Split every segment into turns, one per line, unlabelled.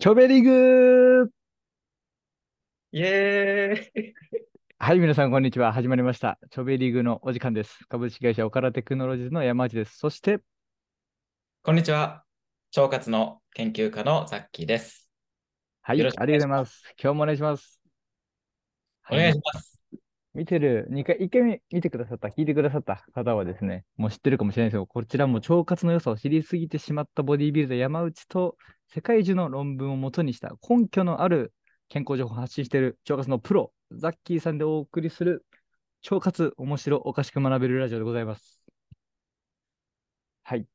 チョベリグ
イエーイ
はい、皆さん、こんにちは。始まりました。チョベリグのお時間です。株式会社オカラテクノロジーズの山内です。そして、
こんにちは。腸活の研究家のザッキーです。
はい、
よろしく
ありがとうございます。今日もお願いします。
お願いします。
見てる、2回、1回目見てくださった、聞いてくださった方はですね、もう知ってるかもしれないですけど、こちらも腸活の良さを知りすぎてしまったボディビルダー山内と、世界中の論文をもとにした根拠のある健康情報を発信している腸活のプロ、ザッキーさんでお送りする腸活面白おかしく学べるラジオでございます。はい。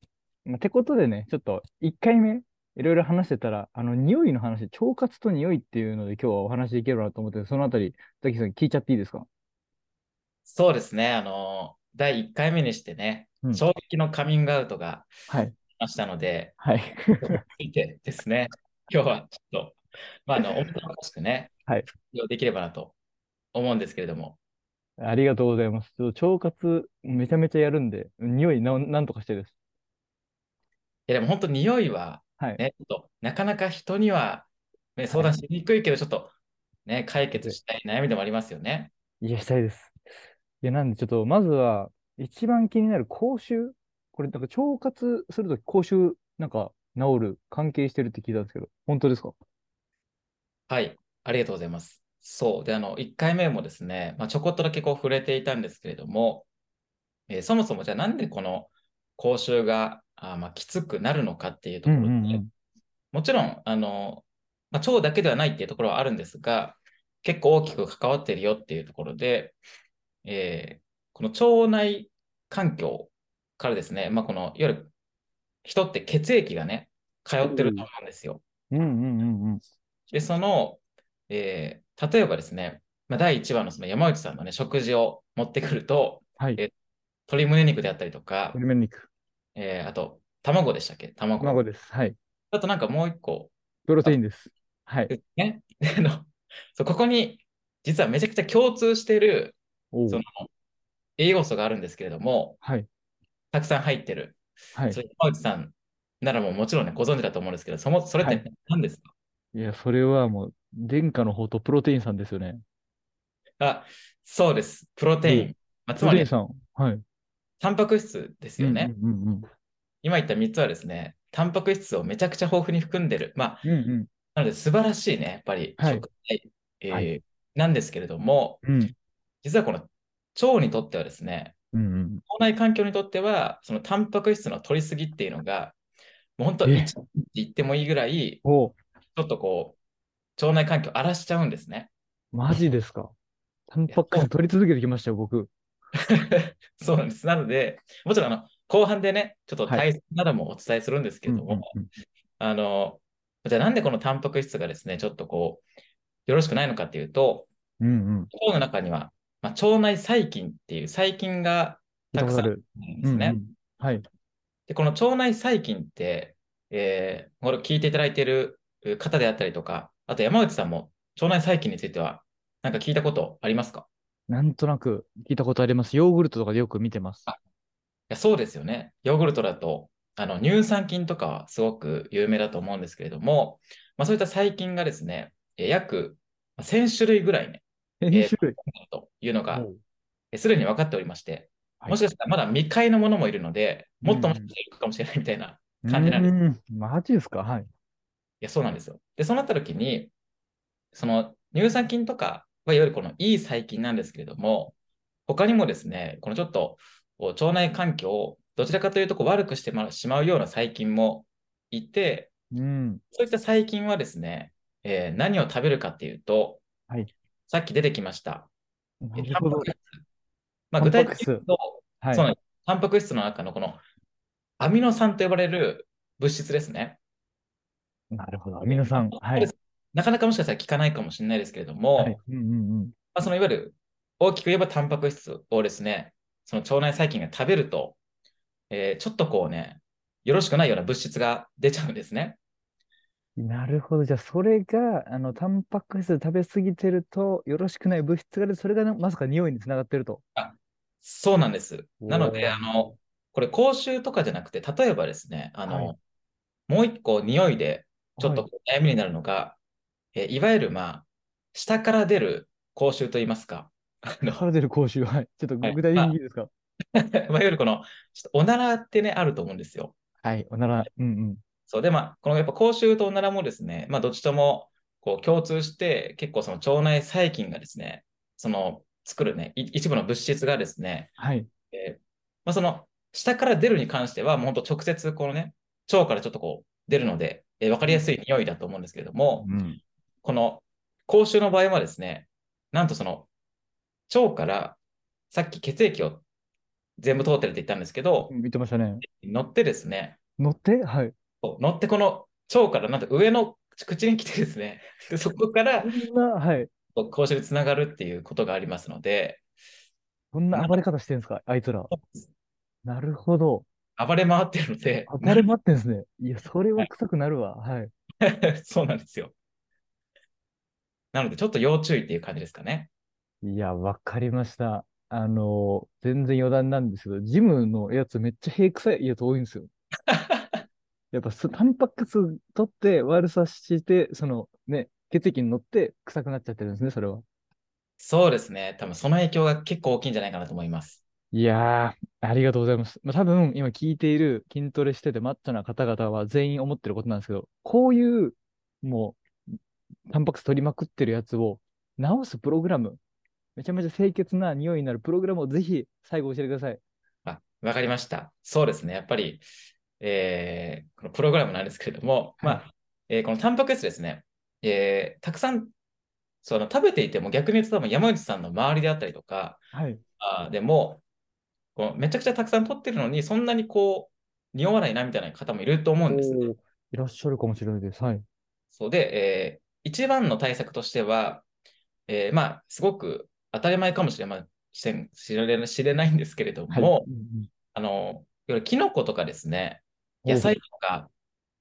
まあ、てことでね、ちょっと1回目、いろいろ話してたら、あの、匂いの話、腸活と匂いっていうので今日はお話できるなと思って、そのあたり、ザッキーさん聞いちゃっていいですか
そうですね、あの、第1回目にしてね、
うん
衝撃のカミングアウトが
はい。
ありましたので、
はい。
ついてですね、今日はちょっと、まあ、 あの、おもてなしくね、
はい
活用できればなと思うんですけれども、
ありがとうございます。ちょっと腸活めちゃめちゃやるんで、匂いなんなんとかしてです。
いや、でも本当に匂いは、
はい。
ね、ちょっと、なかなか人には、ね、
は
相
い。
談しにくいけど、ちょっと、ね、解決したい悩みでもありますよね。
いや、したいです。いや、なんでちょっと、まずは、一番気になる口臭。これ、なんか腸活するとき、口臭、なんか治る、関係してるって聞いたんですけど、本当ですか
はい、ありがとうございます。そう。で、あの、1回目もですね、まあ、ちょこっとだけこう触れていたんですけれども、えーそもそもじゃあなんでこの口臭があー、まあ、きつくなるのかっていう
う
と
ん
ころ
うんう
で、
ん。
もちろん、あの、まあ、腸だけではないっていうところはあるんですが、結構大きく関わってるよっていうところで、えーこの腸内環境からですね、まあ、この、いわゆる人って血液がね、通ってると思うんですよ。
うんうんうんうん。
で、その、えー例えばですね、まあ、第1話のその山内さんのね、食事を持ってくると、
はい。
えー鶏胸肉であったりとか、
鶏胸肉。
えーあと、卵でしたっけ卵。
卵です。はい。
あとなんかもう一個、
プロ
あ
テインです。はい。
ですね。 あの、そう、ここに、実はめちゃくちゃ共通している、
お。
そうの、栄養素があるんですけれども、
はい。
たくさん入ってる。
はい。
そう、山内さんならもうもちろんね、ご存知だと思うんですけど、そも、それっ
は
て
い。
何ですか
いや、それはもう、殿下の宝刀プロテインさんですよね。
あ、そうです。プロテイ
お
ン。まあ、
プ
つ
ロ
ま
テイン
り、
さん。はい。
タンパク質です
うん
よ
うん
ね。
うんうん。
今言った3つはですね、タンパク質をめちゃくちゃ豊富に含んでる。まあ、
うんうん。
なので素晴らしいね、やっぱり
はい。
食材、
はい。
えーなんですけれども、
うん。
実はこの腸にとってはですね、
うん
腸内環境にとっては、そのタンパク質の取りすぎっていうのが、もう本
うん。
当、
え、
一日って言ってもいいぐらい、
おう、
ちょっとこう、腸内環境荒らしちゃうんですね。
マジですか。タン
いや、
パク
そ
質
う
取り続けてきましたよ、僕。
そうなんです。なので、もちろんあの後半でね、ちょっと
はい。
体質などもお伝えするんですけ
う
れ
ん
ど
う
も、
んうん。
あの、じゃあなんでこのタンパク質がですね、ちょっとこう、よろしくないのかっていうと、
うんうん。
腸の中には、まあ、腸内細菌っていう細菌が
聞いた
たく
こと
さ
あ
ん
る。
あるんで
う
す
んう
ね。
ん。はい。
で、この腸内細菌って、えー、これを聞いていただいているう方であったりとか、あと山内さんも腸内細菌については、なんか聞いたことありますか
なんとなく聞いたことあります。ヨーグルトとかでよく見てます。
あいやそうですよね。ヨーグルトだと、あの乳酸菌とかはすごく有名だと思うんですけれども、まあ、そういった細菌がですね、えー約まあ1000種類ぐらいね、
1000
え
種
ー
類。
というのが、
おう
えーすでに分かっておりまして、
は
も
い。
しかしたらまだ未開のものもいるので、
う
もっともしか
ん
したらいるかもしれないみたいな
う
感じなんです。い
ん。うーん、マジですか。はい。
や、そうなんですよ。で、そうなった時に、その乳酸菌とかはいわゆるこのいい細菌なんですけれども、他にもですね、このちょっとこう腸内環境をどちらかというとこう悪くしてましまうような細菌もいて、
うん。
そういった細菌はですね、えー何を食べるかっていうと、
はい。
さっき出てきました、え
な
ー
る
タン
ほ
パ
ど。
ク質。ま
タ
あ、具
ンパ
体
ク
的に言
質。
うと、
は
そう
い。
なんです。タンパク質の中のこのアミノ酸と呼ばれる物質ですね。
なるほど。アミノ酸。は
これ
い。
なかなかもしかしたら効かないかもしれないですけれど
はい。
も、
うんうんうん。
まあ、そのいわゆる大きく言えばタンパク質をですね、その腸内細菌が食べると、えーちょっとこうね、よろしくないような物質が出ちゃうんですね。
なるほど。じゃあ、それが、あの、タンパク質食べ過ぎてると、よろしくない物質が出て、それがなまさか匂いにつながってると。
あ、そうなんです。なので、
お
あ
ー
の、これ口臭とかじゃなくて、例えばですね、あ
はい。
の、もう一個匂いでちょっと
はい
こう悩みになるのが、えーいわゆる、まあ、下から出る口臭といいますか、あの
腹出る口臭、はい。ちょっと
はい
具体的にいいですか
まあいわゆるこの、ちょっとおならってね、あると思うんですよ。
はい、おなら。うん
そうで、まあ、このやっぱ口臭とおならもですね、まあ、どっちともこう共通して、結構その腸内細菌がですね、その作るね、い一部の物質がですね、
はい。
えーまあ、その下から出るに関しては、もう本当直接このね、腸からちょっとこう出るので、えー、分かりやすい匂いだと思うんですけれども、
うん。
この口臭の場合はですね、なんとその腸からさっき血液を全部通ってるって言ったんですけど、
言ってましたね。
乗ってですね、
乗ってはい。
そう乗ってこの腸からなんと上の口に来てですね、でそこから
そんな、はい。
こう口臭につながるっていうことがありますので、
そんな暴れ方してるんですかあいつら。なるほど。
暴れ回ってるので、
暴れ待ってんです ね。いや、それは臭くなるわ。はい。
そうなんですよ。なので、ちょっと要注意っていう感じですかね。
いや、わかりました。あのー、全然余談なんですけど、ジムのやつめっちゃ屁臭いやつ多いんですよ。 やっぱす、タンパク質取って悪さして、そのね、血液に乗って臭くなっちゃってるんですね、それは。
そうですね。多分その影響が結構大きいんじゃないかなと思います。
いやー、ありがとうございます。まあ、多分、今聞いている筋トレしててマッチョな方々は全員思ってることなんですけど、こういう、もう、タンパク質取りまくってるやつを直すプログラム、めちゃめちゃ清潔な匂いになるプログラムをぜひ最後教えてください。
あ、わかりました。そうですね。やっぱり、えーこのプログラムなんですけれども、ま
は
あ、えーこのタンパク質ですね、えーたくさんその食べていても逆に言うと多分山内さんの周りであったりとか、
はい。
あーでもこのめちゃくちゃたくさん取ってるのに、そんなにこう、匂わないなみたいな方もいると思うんですね。
いらっしゃるかもしれないです。はい。
そうで、えー一番の対策としては、えーまあ、すごく当たり前かもしれません、知られ知れないんですけれど
はい。
も、
うんうん
あの、いわゆるキノコとかですね、
ほう
野菜とか、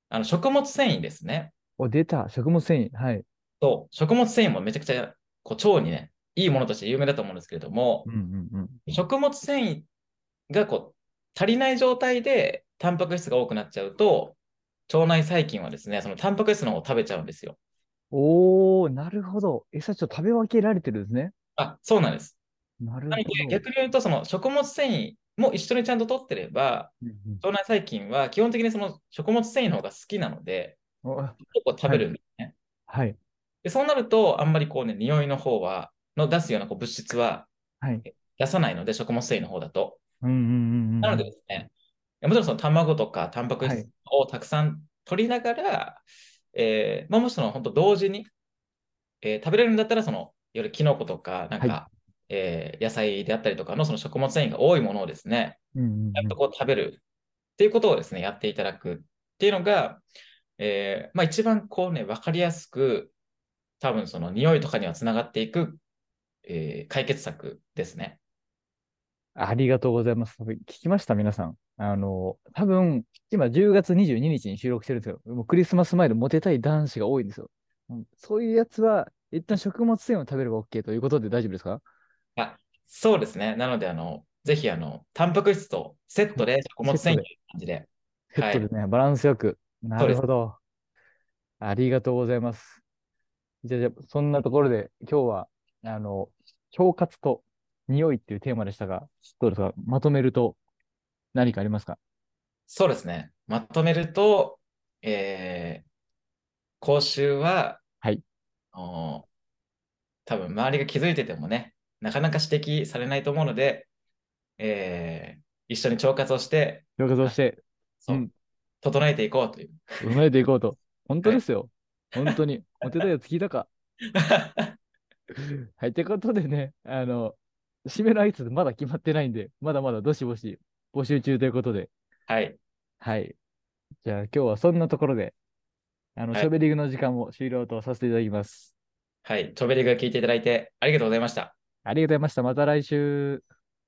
あの食物繊維ですね。
お、出た。食物繊維。はい。
そう、食物繊維もめちゃくちゃこう腸にね、いいものとして有名だと思うんですけれども
う、んうんうん。
食物繊維がこう足りない状態でタンパク質が多くなっちゃうと、腸内細菌はですね、そのタンパク質の方を食べちゃうんですよ。
おー、なるほど。餌ちょっと食べ分けられてるんですね。
あ、そうなんです。
なる
なので、
ほど。
逆に言うと、その食物繊維も一緒にちゃんと取ってれば、
うん
腸内細菌は基本的にその食物繊維の方が好きなので、
うんお
結構食べるんですね。
はい。
でそうなると、あんまりこうね、匂いの方は、の出すようなこう物質は
はい。
出さないので、食物繊維の方だと。
うんうんうんうん。
なのでですね、もちろんその卵とかタンパク
はい
質をたくさん取りながら、えーまあ、もしその本当同時に、えー食べれるんだったら、その、いわゆるキノコとか、なんか、
は
えー野菜であったりとかのその食物繊維が多いものをですね、
うんうんうん
やっとこう食べるっていうことをですね、やっていただくっていうのが、えーまあ、一番こうね、わかりやすく、多分その匂いとかにはつながっていく、えー解決策ですね。
ありがとうございます。聞きました、皆さん。あの、多分、今10月22日に収録してるんですよ。もうクリスマス前でモテたい男子が多いんですよ。うんそういうやつは、一旦食物繊維を食べれば OK ということで大丈夫ですか
そうですね。なので、あの、ぜひ、あの、タンパク質とセットで食物繊維という感じで。
セットでね、バランスよく。なるほど。ありがとうございます。じゃあ、じゃあそんなところで、今日は、あの、腸活と匂いっていうテーマでしたが、どうですかまとめると何かありますか
そうですね。まとめると、えー、口臭は、
はい
あの多分周りが気づいててもね、なかなか指摘されないと思うので、えー一緒に腸活をして、
腸活をして、
そう
うん
整えていこうと いう。
生まれていこうと。本当ですよ。本当に。モテたやつ聞いたか。はい。ってことでね、あの、締めの挨拶まだ決まってないんで、まだまだどしどし募集中ということで、
はい。
はい。じゃあ今日はそんなところで、あの、
はい
ショベリングの時間を終了とさせていただきます。
はい。チョベリが聞いていただいてありがとうございました。
ありがとうございました。また来週。